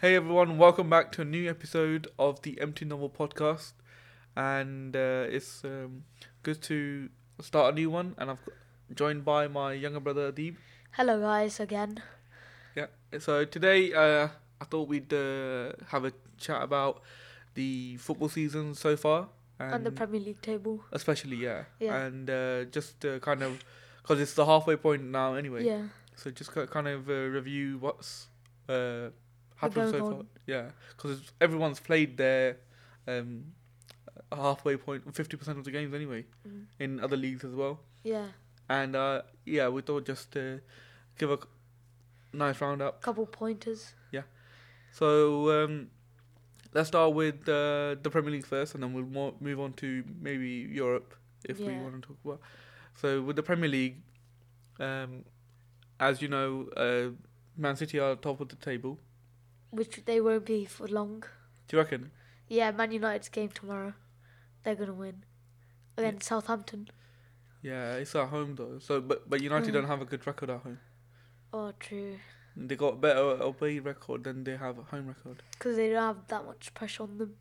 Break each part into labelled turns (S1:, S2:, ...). S1: Hey everyone, welcome back to a new episode of the Empty Novel Podcast, and uh, it's um, good to start a new one. And I've got- joined by my younger brother Adib.
S2: Hello guys again.
S1: Yeah. So today, uh, I thought we'd uh, have a chat about the football season so far, and
S2: on the Premier League table.
S1: especially yeah,
S2: Yeah.
S1: and uh, just uh, kind of because it's the halfway point now anyway.
S2: Yeah.
S1: So just ki- kind of uh, review what's uh, happened
S2: going
S1: so far.
S2: on.
S1: Yeah, because everyone's played their um, halfway point, fifty percent of the games anyway,
S2: Mm.
S1: in other leagues as well.
S2: Yeah.
S1: And uh, yeah, we thought just uh, give a c- nice round up.
S2: Couple pointers.
S1: So um, let's start with uh, the Premier League first, and then we'll mo- move on to maybe Europe if we
S2: Yeah.
S1: want to talk about. So with the Premier League, um, as you know, uh, Man City are top of the table.
S2: Which they won't be for long.
S1: Do you reckon?
S2: Yeah, Man United's game tomorrow. They're gonna win. Against Southampton.
S1: Yeah, it's at home though. So, but but United
S2: Mm.
S1: don't have a good record at home.
S2: Oh true.
S1: They got better away record than they have at home record.
S2: Because they don't have that much pressure on them.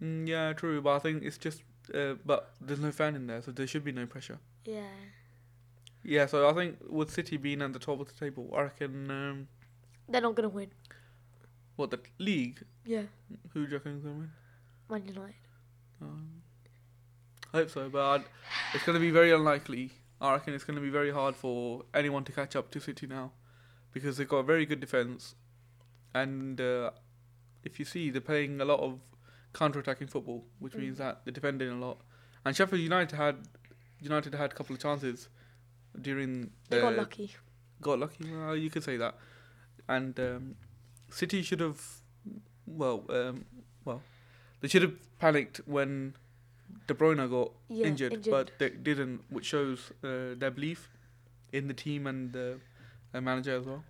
S1: Mm, yeah, true. But I think it's just. Uh, but there's no fan in there, so there should be no pressure.
S2: Yeah.
S1: Yeah, so I think with City being at the top of the table, I reckon um,
S2: They're not gonna win.
S1: What the league?
S2: Yeah.
S1: Who do you reckon's gonna win?
S2: Man United.
S1: Um, I hope so, but I'd, it's gonna be very unlikely. I reckon it's gonna be very hard for anyone to catch up to City now, because they've got a very good defense, and uh, if you see, they're playing a lot of counter-attacking football, which means
S2: Mm.
S1: that they're defending a lot. And Sheffield United had United had a couple of chances during
S2: They got
S1: the-
S2: lucky.
S1: got lucky. Well, you could say that. And um, City should have, well, um, well, they should have panicked when De Bruyne got
S2: Yeah.
S1: injured, but they didn't, which shows uh, their belief in the team and the uh, manager as well.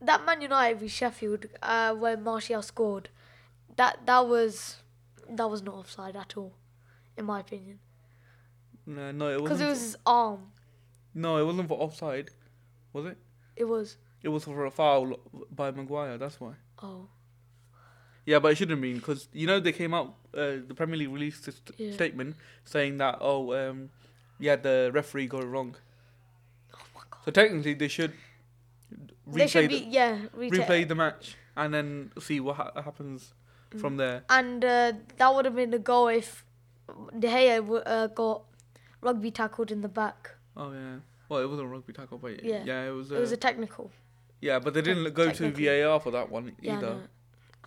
S2: that Man United v Sheffield, uh, where Martial scored, that that was that was not offside at all, in my opinion.
S1: No, no, it
S2: Because
S1: wasn't.
S2: it
S1: for-
S2: was his arm.
S1: no, it wasn't for offside, was it?
S2: It was.
S1: It was for a foul by Maguire. That's why.
S2: Oh.
S1: Yeah, but it shouldn't have been because you know they came out. Uh, the Premier League released a st-
S2: Yeah.
S1: statement saying that oh, um, yeah, the referee got it wrong.
S2: Oh my god.
S1: So technically, they should replay,
S2: They should be
S1: the,
S2: yeah reta-
S1: replay the match and then see what ha- happens
S2: Mm.
S1: from there.
S2: and uh, that would have been a goal if De Gea w- uh, got rugby tackled in the back.
S1: Oh yeah. Well, it wasn't a rugby tackle, but yeah,
S2: Yeah.
S1: it was. Uh,
S2: It was a technical.
S1: yeah, but they didn't
S2: tec-
S1: go to
S2: technically.
S1: VAR for that one
S2: Yeah.
S1: either.
S2: No.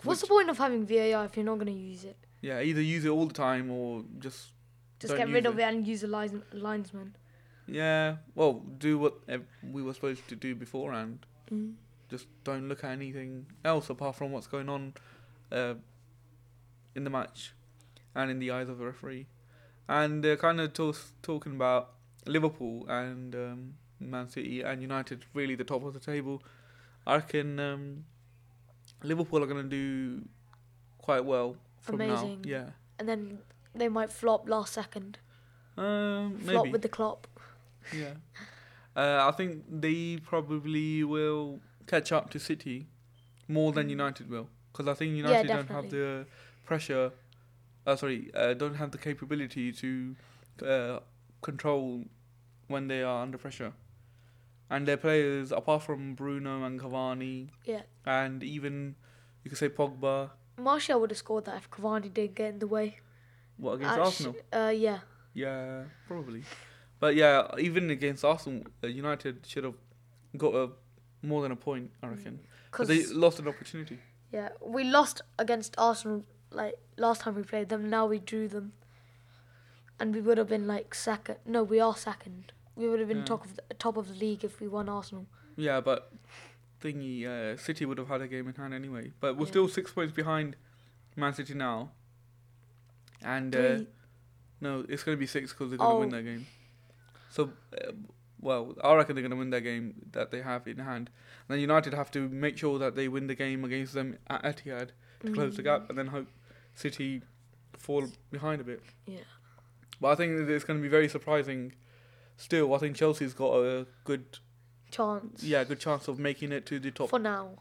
S2: What's the point of having VAR if you're not going to use it?
S1: Yeah, either use it all the time or just
S2: Just
S1: Don't
S2: get
S1: use
S2: rid of
S1: it.
S2: it and use a lines- linesman.
S1: yeah. Well, do what ev- we were supposed to do beforehand.
S2: Mm.
S1: Just don't look at anything else apart from what's going on uh, in the match and in the eyes of the referee. And they're kind of tos- talking about Liverpool and um, Man City and United really the top of the table. I reckon um, Liverpool are going to do quite well from
S2: Amazing.
S1: now. Yeah.
S2: And then they might flop last second.
S1: Um, maybe.
S2: Flop with the Klopp.
S1: yeah. Uh, I think they probably will catch up to City more than
S2: Mm.
S1: United will, because I think United don't have
S2: definitely.
S1: the pressure. Uh, sorry, uh, don't have the capability to uh, control when they are under pressure, and their players, apart from Bruno and Cavani,
S2: Yeah.
S1: and even you could say Pogba,
S2: Martial would have scored that if Cavani didn't get in the way.
S1: what against
S2: Actu-
S1: Arsenal.
S2: Uh, yeah.
S1: Yeah, probably. But yeah, even against Arsenal, uh, United should have got a more than a point. I
S2: Mm,
S1: reckon. But
S2: Because
S1: they lost an opportunity.
S2: yeah, we lost against Arsenal like last time we played them. Now we drew them, and we would have been like second. No, we are second. We would have been
S1: Yeah.
S2: top of the, top of the league if we won Arsenal.
S1: Yeah, but thingy, uh, City would have had a game in hand anyway. But we're
S2: Yeah.
S1: still six points behind Man City now. And uh,
S2: Three-
S1: no, it's going to be six because they're going to win
S2: Oh.
S1: their game. So, uh, well, I reckon they're going to win their game that they have in hand. And then United have to make sure that they win the game against them at Etihad. to close the
S2: Mm,
S1: gap and then hope City fall behind a bit.
S2: Yeah.
S1: But I think that it's going to be very surprising. Still, I think Chelsea's got a good
S2: chance.
S1: yeah good chance of making it to the top
S2: For now,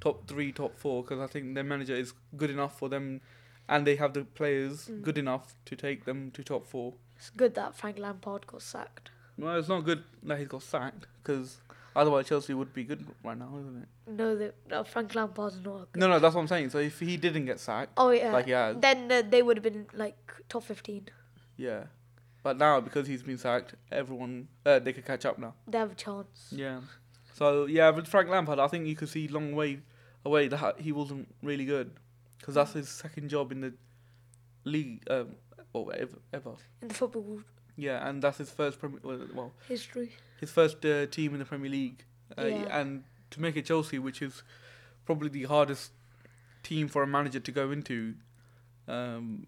S1: top three, top four, because I think their manager is good enough for them, and they have the players
S2: Mm.
S1: good enough to take them to top four.
S2: It's good that Frank Lampard got sacked.
S1: Well, it's not good that he's got sacked, because otherwise Chelsea would be good right now, isn't it?
S2: No, the, no Frank Lampard's not. a Good.
S1: No, no, that's what I'm saying. So if he didn't get sacked,
S2: Oh yeah.
S1: like he has,
S2: Then uh, they would have been like top fifteen.
S1: yeah. But now because he's been sacked, everyone uh, they could catch up now.
S2: They have a chance.
S1: Yeah. So yeah, with Frank Lampard, I think you could see long way away that he wasn't really good because that's his second job in the league um, or ever, ever.
S2: In the football
S1: Yeah, and that's his first Premier, well, well,
S2: history.
S1: his first uh, team in the Premier League, uh,
S2: Yeah.
S1: and to make it Chelsea, which is probably the hardest team for a manager to go into, um,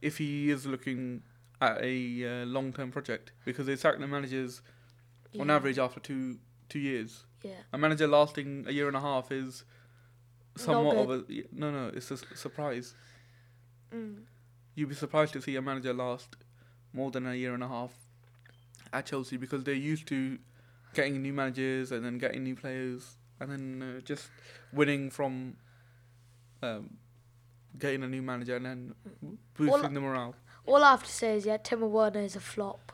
S1: if he is looking at a uh, long-term project, because they sack the managers on
S2: Yeah.
S1: average after two two years.
S2: Yeah.
S1: A manager lasting a year and a half is
S2: Not
S1: somewhat of a no no. It's a s- surprise.
S2: Mm.
S1: You'd be surprised to see a manager last more than a year and a half at Chelsea because they're used to getting new managers and then getting new players and then uh, just winning from um, getting a new manager and then boosting
S2: Well,
S1: the morale.
S2: All I have to say is yeah, Timo Werner is a flop.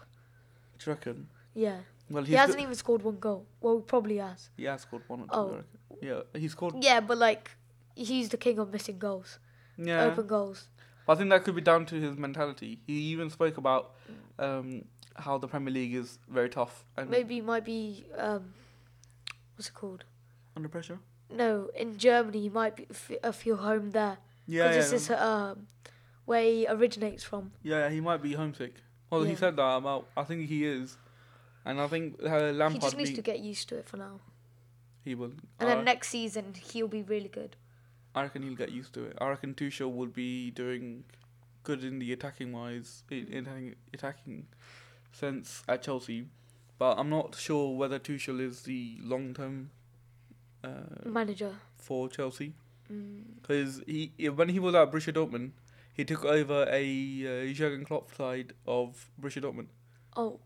S1: Do you reckon?
S2: Yeah.
S1: Well, he's
S2: he hasn't
S1: go-
S2: even scored one goal. Well, he probably has.
S1: he has scored one or two.
S2: Oh.
S1: I reckon. Yeah, he scored.
S2: Yeah, but like, he's the king of missing goals,
S1: Yeah.
S2: open goals.
S1: I think that could be down to his mentality. He even spoke about um, how the Premier League is very tough and
S2: Maybe he might be um, what's it called?
S1: under pressure.
S2: No, in Germany he might be f- uh, feel home there
S1: Yeah,
S2: because
S1: yeah,
S2: this is um, where he originates from.
S1: yeah, He might be homesick. Well, he
S2: Yeah.
S1: said that about. I think he is, and I think uh, Lampard.
S2: he just needs
S1: being-
S2: to get used to it for now,
S1: He will.
S2: and
S1: I,
S2: then next season he'll be really good.
S1: I reckon he'll get used to it. I reckon Tuchel will be doing good in the attacking wise, in, in attacking- attacking sense at Chelsea, but I'm not sure whether Tuchel is the long term uh,
S2: Manager,
S1: for Chelsea.
S2: mm,
S1: because he yeah, when he was at Borussia Dortmund, he took over a uh, Jurgen Klopp side of Borussia Dortmund.
S2: oh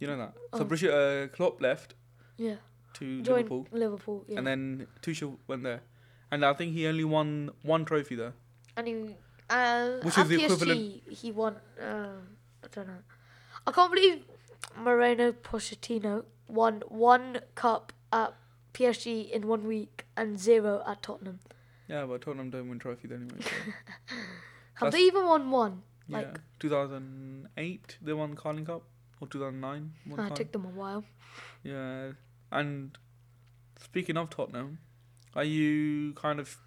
S1: You know that. So
S2: Oh.
S1: Borussia uh, Klopp left
S2: yeah,
S1: to
S2: join
S1: Liverpool,
S2: Liverpool, yeah,
S1: and then Tuchel went there, and I think he only won one trophy there.
S2: and he uh,
S1: Which
S2: at
S1: is the
S2: PSG,
S1: equivalent-
S2: He won. Um, I don't know. I can't believe Moreno Pochettino won one cup at PSG in one week and zero at Tottenham.
S1: Yeah, but Tottenham don't win trophies anyway. so-
S2: Have
S1: That's-
S2: they even won one?
S1: yeah,
S2: Like-
S1: 2008 they won the Carling Cup or 2009. one
S2: Ah, it
S1: time.
S2: took them a while.
S1: Yeah, and speaking of Tottenham, are you kind of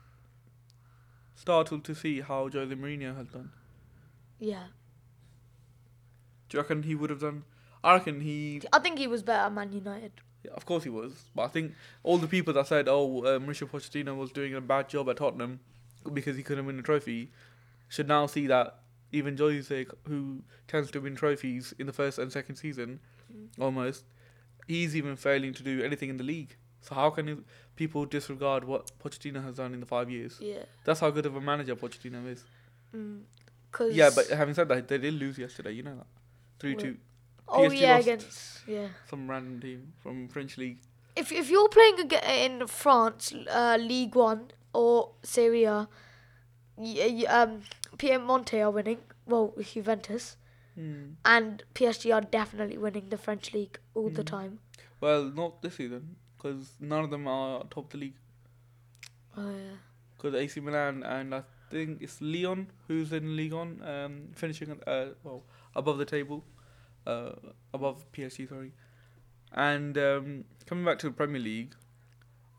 S1: startled to see how Jose Mourinho has done?
S2: Yeah,
S1: Do you reckon he would have done? I reckon he.
S2: I think he was better at Man United.
S1: yeah, Of course he was, but I think all the people that said, "Oh, uh, Mauricio Pochettino was doing a bad job at Tottenham because he couldn't win a trophy," should now see that even Jose, who tends to win trophies in the first and second season,
S2: Mm.
S1: almost, he's even failing to do anything in the league. So how can you- people disregard what Pochettino has done in the five years?
S2: Yeah, Mm,
S1: That's how good of a manager Pochettino is.
S2: because
S1: Yeah, but having said that, they did lose yesterday. You know that, three
S2: Well,
S1: two,
S2: oh
S1: PSG
S2: yeah,
S1: lost.
S2: against yeah.
S1: some random team from French league.
S2: If if you're playing ag- in France, uh, League One or Serie A, y- y- um, Piemonte are winning. Well, Juventus
S1: Hmm.
S2: and PSG are definitely winning the French league all the
S1: Mhm.
S2: time.
S1: Well, not this season, because none of them are top of the league.
S2: Oh yeah.
S1: Because AC Milan and I think it's Leon who's in League One, um, finishing uh, well above the table, uh, above PSG, sorry. And um, coming back to the Premier League,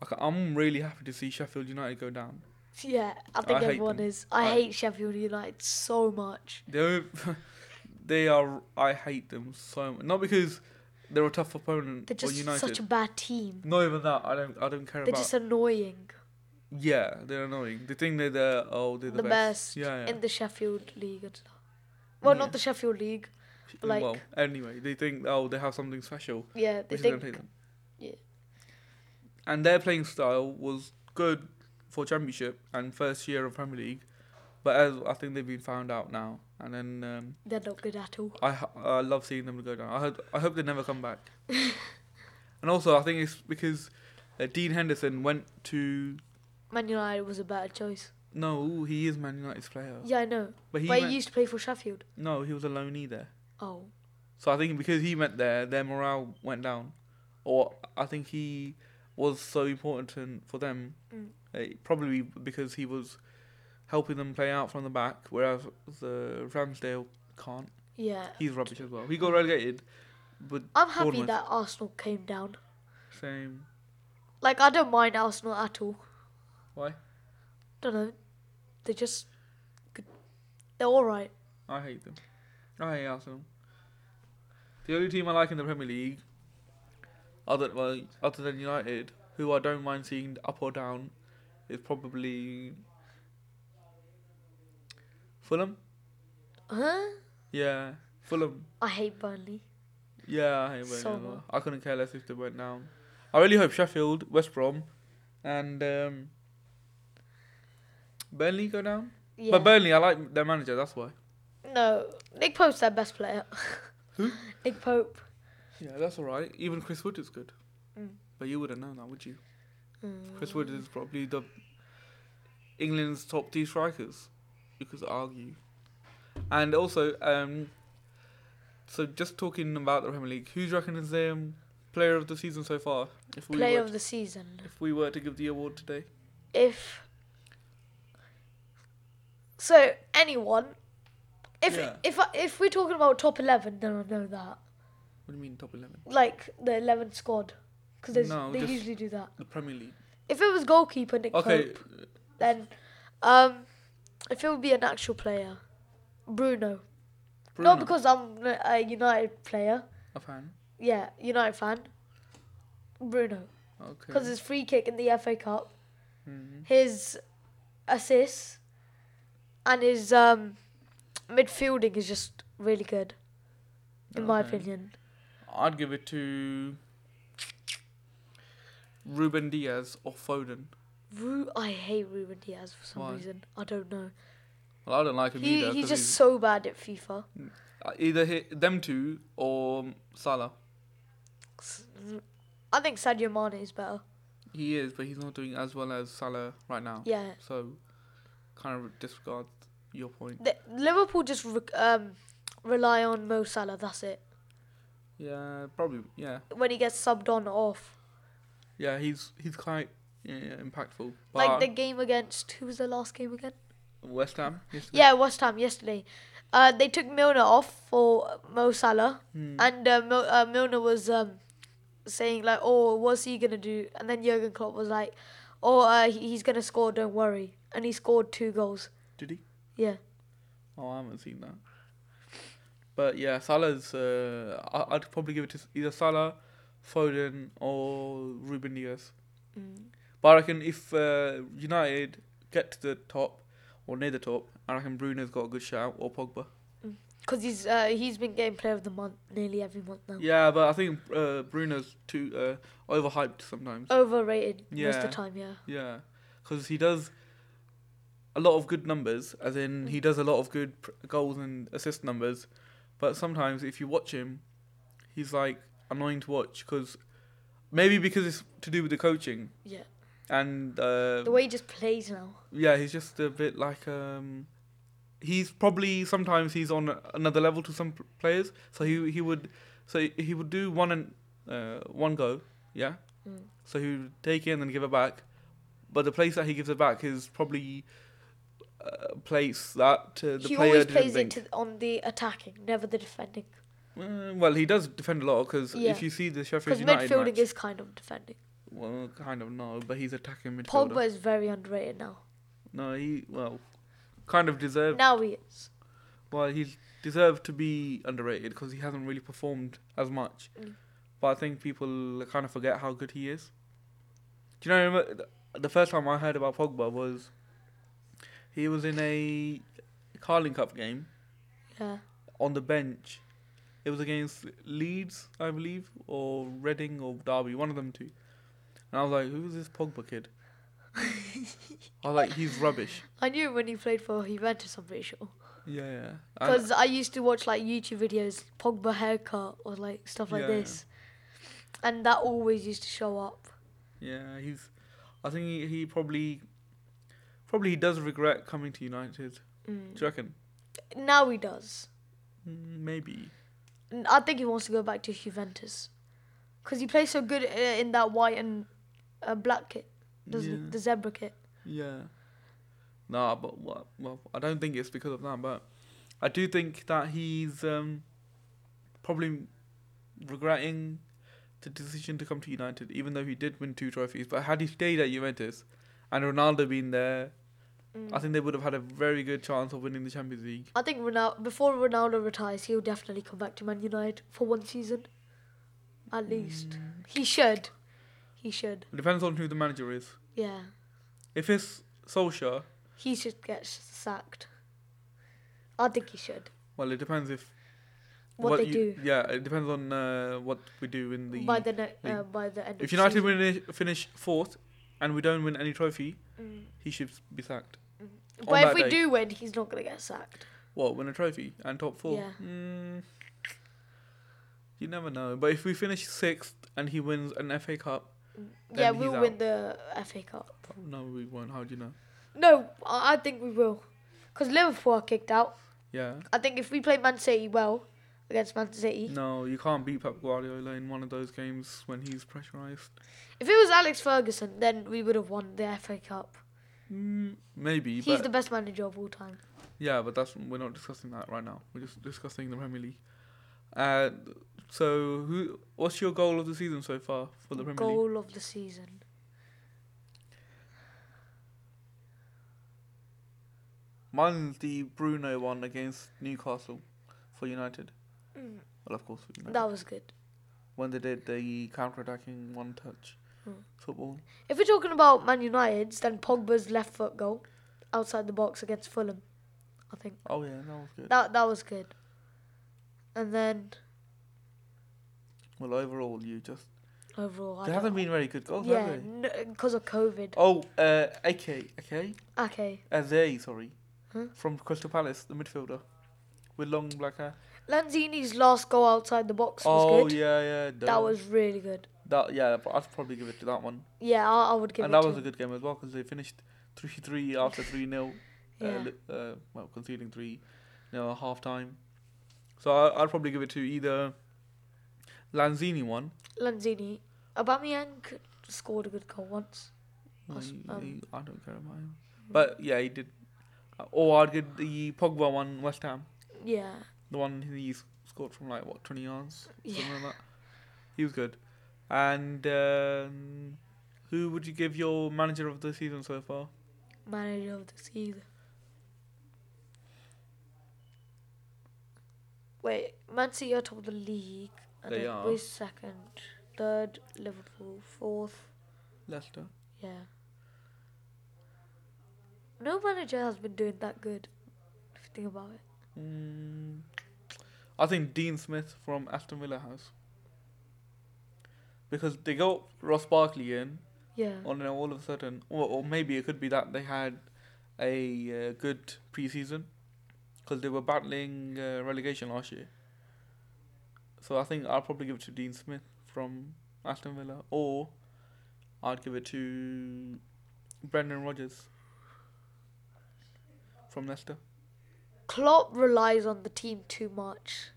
S1: I ca- I'm really happy to see Sheffield United go down.
S2: Yeah, I think
S1: I hate
S2: everyone
S1: them.
S2: is. I,
S1: I-
S2: hate Sheffield United so much.
S1: They they are I hate them so much. Not because they're a tough opponent
S2: They're
S1: or
S2: just
S1: United.
S2: such a bad team.
S1: not even that. I don't. I don't care
S2: They're
S1: about.
S2: just annoying.
S1: Yeah, they're annoying. They think they're the oh they're the,
S2: the best,
S1: Yeah, yeah.
S2: in the Sheffield League and stuff. Well,
S1: Yeah.
S2: not the Sheffield League. like-
S1: well, anyway, they think oh they have something special.
S2: Yeah, they
S1: which is gonna
S2: think.
S1: take them.
S2: yeah.
S1: And their playing style was good for championship and first year of Premier League, but as I think they've been found out now. And then um,
S2: They're not good at all.
S1: I ho- I love seeing them go down. I hope I hope they never come back. and also I think it's because uh, Dean Henderson went to
S2: Man United was a better choice.
S1: no, he is Man United's player,
S2: Yeah, I know.
S1: but he
S2: but
S1: went-
S2: he used to play for Sheffield.
S1: no, he was a loanee there.
S2: Oh.
S1: So I think because he went there, their morale went down, or I think he was so important to- for them,
S2: Mm.
S1: eh, probably because he was helping them play out from the back, whereas the Ramsdale can't.
S2: Yeah.
S1: He's rubbish as well. He got relegated, but
S2: I'm happy
S1: Bournemouth.
S2: that Arsenal came down.
S1: same.
S2: Like I don't mind Arsenal at all.
S1: Why?
S2: Don't know. They're just good. They're all right.
S1: I hate them. I hate Arsenal. The only team I like in the Premier League, other well, other than United, who I don't mind seeing up or down, is probably Fulham.
S2: Huh?
S1: Yeah, Fulham.
S2: I hate Burnley.
S1: Yeah, I hate Burnley.
S2: So
S1: as well.
S2: much.
S1: I couldn't care less if they went down. I really hope Sheffield, West Brom, and um, Burnley go down.
S2: Yeah.
S1: But Burnley, I like their manager. That's why.
S2: no, Nick Pope's their best player. Nick Pope.
S1: Yeah, that's all right. Even Chris Wood is good.
S2: Mm.
S1: But you wouldn't know that, would you?
S2: Mm.
S1: Chris Wood is probably the England's top two strikers. You could argue. And also, um, so just talking about the Premier League, who do you reckon is the um, player of the season so far? If we
S2: Player
S1: were
S2: of the season.
S1: if we were to give the award today,
S2: If so, anyone. If
S1: Yeah.
S2: if I- if we're talking about top eleven, then I know that.
S1: what do you mean top eleven?
S2: Like the eleven squad, because
S1: No,
S2: they
S1: just-
S2: usually do that.
S1: The Premier League.
S2: If it was goalkeeper Nick
S1: Okay,
S2: Pope, then um, if it would be an actual player, Bruno.
S1: Bruno,
S2: Not because I'm a United player.
S1: a fan.
S2: Yeah, United fan. Bruno,
S1: Okay.
S2: because his free kick in the FA Cup,
S1: Mhm.
S2: his assists, and his um, midfielding is just really good, in my
S1: Okay.
S2: opinion.
S1: I'd give it to Ruben Diaz or Foden.
S2: Ru- I hate Ruben Diaz for some
S1: Why?
S2: reason. I don't know.
S1: Well, I don't like him
S2: He
S1: either.
S2: he's
S1: 'cause
S2: just so bad at FIFA.
S1: Uh, Either hi them two or Salah.
S2: I think Sadio Mane is better.
S1: He is, but he's not doing as well as Salah right now.
S2: Yeah.
S1: So, kind of disregard your point.
S2: The, Liverpool just re- um, rely on Mo Salah. That's it.
S1: Yeah, probably. Yeah,
S2: When he gets subbed on or off,
S1: yeah. He's he's quite yeah, yeah, impactful.
S2: like
S1: But
S2: the game against who was the last game again?
S1: West Ham. Yesterday.
S2: Yeah, West Ham yesterday. Uh, they took Milner off for Mo Salah,
S1: Hmm.
S2: and uh, Mil- uh, Milner was um, saying like, "Oh, what's he gonna do?" And then Jurgen Klopp was like, "Oh, uh, he- he's gonna score. Don't worry." And he scored two goals.
S1: Did he?
S2: Yeah,
S1: Oh, I haven't seen that. But yeah, Salah's. Uh, I, I'd probably give it to s- either Salah, Foden, or Ruben Diaz.
S2: Mm.
S1: But I reckon if uh, United get to the top or near the top, I reckon Bruno's got a good shout or Pogba.
S2: because he's uh, he's been getting Player of the Month nearly every month now.
S1: Yeah, but I think uh, Bruno's too uh, overhyped sometimes.
S2: Overrated most of
S1: Yeah.
S2: the time. Yeah.
S1: Yeah, because he does a lot of good numbers, as in he does a lot of good pr- goals and assist numbers. But sometimes, if you watch him, he's like annoying to watch because maybe because it's to do with the coaching
S2: Yeah.
S1: and uh,
S2: The way he just plays now.
S1: yeah, he's just a bit like um, he's probably sometimes he's on another level to some p- players. So he he would so he would do one and uh, one go, yeah.
S2: Mm.
S1: So he would take it and then give it back. But the place that he gives it back is probably uh, a place that uh, the
S2: he
S1: player
S2: always
S1: didn't
S2: plays
S1: think.
S2: it to, on the attacking, never the defending.
S1: Uh, well, he does defend a lot because
S2: Yeah.
S1: if you see the Sheffield
S2: Because
S1: United
S2: midfielding
S1: match,
S2: is kind of defending.
S1: well, kind of no, but he's attacking midfielder.
S2: Pogba is very underrated now.
S1: No, he well, kind of deserved.
S2: Now he is.
S1: Well, he's deserved to be underrated because he hasn't really performed as much.
S2: Mm.
S1: But I think people kind of forget how good he is. Do you know? remember th- The first time I heard about Pogba was he was in a Carling Cup game
S2: Yeah.
S1: on the bench. It was against Leeds, I believe, or Reading or Derby, one of them two. And I was like, "Who's this Pogba kid?" I was like, "He's rubbish."
S2: I knew him when he played for Juventus, I'm pretty sure.
S1: Yeah, yeah. And-
S2: Because I used to watch like YouTube videos, Pogba haircut or like stuff like
S1: Yeah.
S2: this. And that always used to show up.
S1: Yeah, he's. I think he, he probably, probably he does regret coming to United.
S2: Mm.
S1: Do you reckon?
S2: Now he does.
S1: Mm, Maybe.
S2: N- I think he wants to go back to Juventus because he plays so good uh, in that white and uh, black kit, doesn't he?
S1: Yeah.
S2: The zebra kit.
S1: Yeah. Nah, but what? Well, I don't think it's because of that, but I do think that he's um, probably regretting the decision to come to United, even though he did win two trophies. But had he stayed at Juventus and Ronaldo been there,
S2: Mm.
S1: I think they would have had a very good chance of winning the Champions League.
S2: I think Ronaldo before Ronaldo retires, he'll definitely come back to Man United for one season, at least.
S1: Mm.
S2: He should. He should.
S1: It depends on who the manager is.
S2: Yeah.
S1: If it's Solskjaer,
S2: He should get s- sacked. I think he should.
S1: well, it depends if.
S2: What they
S1: you-
S2: do.
S1: Yeah, it depends on uh, what we do in the.
S2: by the ne- uh,
S1: league.
S2: by the end.
S1: If
S2: of
S1: United
S2: season.
S1: win, finish fourth and we don't win any trophy,
S2: Mm.
S1: he should be sacked. on
S2: But if
S1: that
S2: we
S1: day.
S2: do win, he's not gonna get sacked.
S1: What, win a trophy and top four?
S2: Yeah.
S1: Mm, you never know. But if we finish sixth and he wins an FA Cup,
S2: yeah,
S1: Then he's
S2: we'll
S1: out.
S2: win the FA Cup.
S1: oh, no, we won't. How do you know?
S2: No, I I think we will, because Liverpool are kicked out.
S1: Yeah.
S2: I think if we play Man City well against Man City,
S1: No, you can't beat Pep Guardiola in one of those games when he's pressurized.
S2: if it was Alex Ferguson, then we would have won the FA Cup.
S1: Mm, maybe,
S2: He's
S1: but
S2: the best manager of all time.
S1: yeah, but that's we're not discussing that right now. We're just discussing the Premier League. Uh, so who? What's your goal of the season so far for the Premier League?
S2: Goal of the season.
S1: Mine's the Bruno one against Newcastle for United.
S2: Mm,
S1: Well, of course, for United.
S2: That was good.
S1: when they did the counter-attacking one-touch
S2: Hmm.
S1: football.
S2: If we're talking about Man United's, then Pogba's left foot goal outside the box against Fulham, I think
S1: Oh yeah, that was good.
S2: that that was good. And then
S1: well, overall, you just
S2: overall, I
S1: there
S2: don't-
S1: haven't been very good goals,
S2: yeah,
S1: have they?
S2: because of COVID.
S1: Oh, uh, AK, okay,
S2: Okay,
S1: Aze, sorry,
S2: Huh?
S1: from Crystal Palace, the midfielder with long black hair.
S2: Lanzini's last goal outside the box was
S1: oh
S2: good.
S1: yeah, yeah.
S2: That was really good.
S1: that. Yeah, but I'd probably give it to that one.
S2: Yeah, I, I would give
S1: and
S2: it
S1: that
S2: to
S1: was a
S2: him.
S1: good game as well because they finished three-three after three-nil.
S2: Yeah.
S1: uh, li- uh, well, conceding three nil at half time. So I, I'd probably give it to either Lanzini one.
S2: Lanzini. Aubameyang c- scored a good goal once.
S1: Well,
S2: Us-
S1: he-
S2: um,
S1: he- I don't care about him. But yeah, he did. Uh, Or I'd get the Pogba one, West Ham.
S2: Yeah.
S1: The one he s- scored from like, what, 20 yards?
S2: Yeah.
S1: Something like that. He was good. And um, who would you give your manager of the season so far?
S2: Manager of the season. Wait, Man City are top of the league. And
S1: They
S2: then
S1: are.
S2: We're second, third, Liverpool, fourth.
S1: Leicester.
S2: Yeah. No manager has been doing that good. If you think about it.
S1: Mm, I think Dean Smith from Aston Villa has. Because they got Ross Barkley in,
S2: Yeah.
S1: on a- all of a sudden, or, or maybe it could be that they had a uh, good preseason because they were battling uh, relegation last year. So I think I'll probably give it to Dean Smith from Aston Villa, or I'd give it to Brendan Rodgers from Leicester.
S2: Klopp relies on the team too much.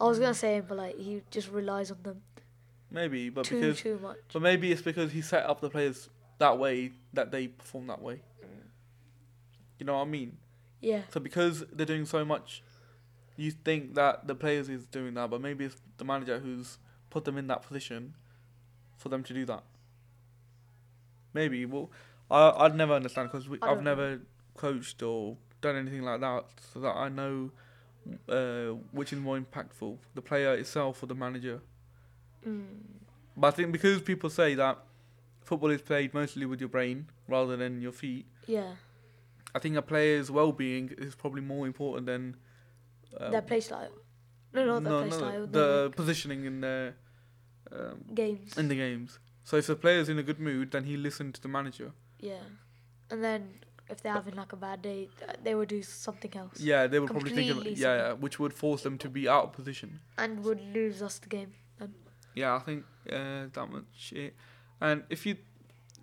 S2: I was
S1: Mm.
S2: gonna say him, but like he just relies on them
S1: Maybe, but
S2: too
S1: because
S2: too much.
S1: but maybe it's because he set up the players that way that they perform that way. You know what I mean?
S2: Yeah,
S1: So because they're doing so much, you think that the players is doing that, but maybe it's the manager who's put them in that position for them to do that. Maybe. Well, I I'd never understand because
S2: I
S1: I've
S2: don't
S1: never coached or done anything like that, so that I know uh, which is more impactful, the player itself or the manager.
S2: mm.
S1: But I think because people say that football is played mostly with your brain rather than your feet.
S2: yeah.
S1: I think a player's well-being is probably more important than uh,
S2: their play style. No, not their play style.
S1: the
S2: The
S1: positioning in the um,
S2: games.
S1: in the games. So if the player's in a good mood, then he listened to the manager.
S2: yeah, and then if they're having like a bad day, th- they will do something else
S1: Yeah, they would probably think of
S2: Completely
S1: yeah, yeah, which would force them to be out of position.
S2: and would lose us the game.
S1: Yeah, I think uh, that much it. And if you,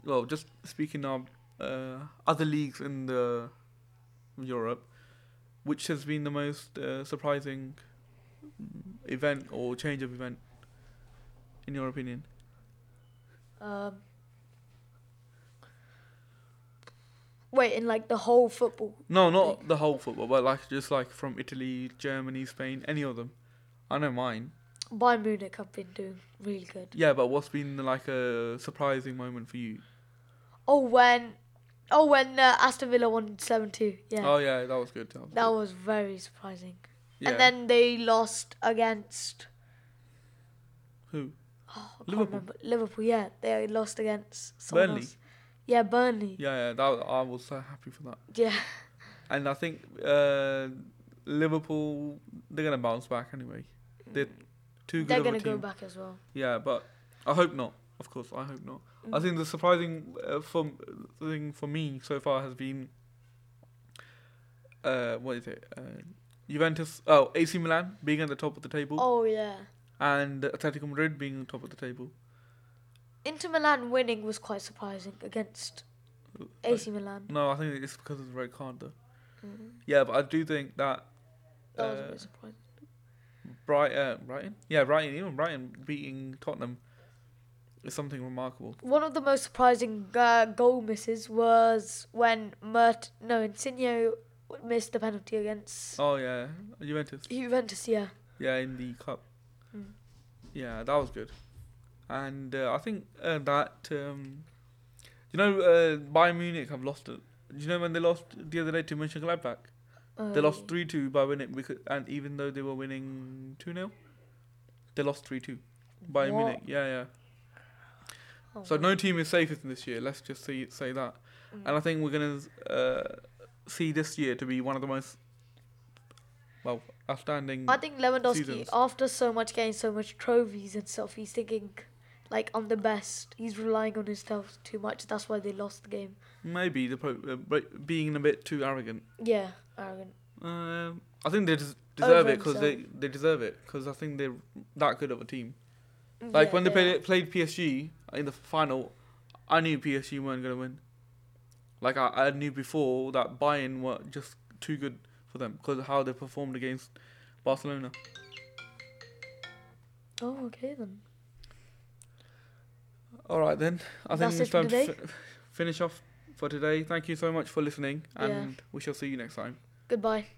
S1: well, just speaking of uh, other leagues in the Europe, which has been the most uh, surprising event or change of event, in your opinion?
S2: Um, wait, in like the whole football.
S1: No, not the whole football, but like just like from Italy, Germany, Spain, any of them. I know mine.
S2: Bayern Munich have been doing really good.
S1: Yeah, but what's been like a surprising moment for you?
S2: Oh, when, oh when uh, Aston Villa won seven two. Yeah,
S1: Oh yeah, that was good. That was.
S2: that
S1: good.
S2: was very surprising.
S1: yeah.
S2: And then they lost against.
S1: who?
S2: Oh, I
S1: Liverpool.
S2: can't remember. Liverpool, yeah, they lost against someone
S1: Burnley.
S2: else. Yeah, Burnley.
S1: Yeah, yeah, that I was so happy for that.
S2: Yeah.
S1: And I think uh, Liverpool they're gonna bounce back anyway. They're too good
S2: They're
S1: of a
S2: gonna go
S1: team.
S2: back as well.
S1: Yeah, but I hope not. Of course, I hope not.
S2: Mm-hmm.
S1: I
S2: Mm.
S1: think the surprising uh, for, thing for me so far has been uh, what is it? Uh, Juventus, oh AC Milan being at the top of the table,
S2: Oh yeah,
S1: and Atletico Madrid being top of the table.
S2: Inter Milan winning was quite surprising against
S1: Uh,
S2: AC Milan.
S1: No, I think it's because of the red card though.
S2: Mhm.
S1: Yeah, but I do think that
S2: That was a
S1: Uh,
S2: bit surprising.
S1: Bright, uh, Brighton, yeah, Brighton, even Brighton beating Tottenham is something remarkable.
S2: One of the most surprising uh, goal misses was when Mert no Insigne missed the penalty against
S1: Oh yeah, Juventus.
S2: Juventus. Yeah,
S1: Yeah, in the cup.
S2: Mm.
S1: Yeah, that was good. And uh, I think uh, that um, you know uh, Bayern Munich have lost it. You know when they lost the other day to Mönchengladbach, they
S2: Uh,
S1: lost three two by winning because, and even though they were winning two 0 they lost three two. Bayern
S2: What?
S1: Munich, yeah, yeah.
S2: oh,
S1: So no team is safer than this year. Let's just say say that.
S2: mm.
S1: And I think we're gonna uh, see this year to be one of the most well outstanding.
S2: I think Lewandowski,
S1: seasons.
S2: after so much getting so much trophies and stuff, he's thinking like I'm the best. He's relying on himself too much. That's why they lost the game.
S1: Maybe the pro- uh, but being a bit too arrogant.
S2: Yeah, arrogant.
S1: Um, I think they des- deserve
S2: Over
S1: it 'cause it because they
S2: himself.
S1: they deserve it because I think they're that good of a team. Like
S2: Yeah,
S1: when they
S2: are.
S1: played played PSG in the final, I knew PSG weren't gonna win. Like I, I knew before that Bayern were just too good for them because how they performed against Barcelona.
S2: Oh, okay then.
S1: All right then, I
S2: That's
S1: think it's
S2: it for
S1: time to
S2: today.
S1: fi- finish off for today. Thank you so much for listening,
S2: Yeah.
S1: and we shall see you next time.
S2: Goodbye.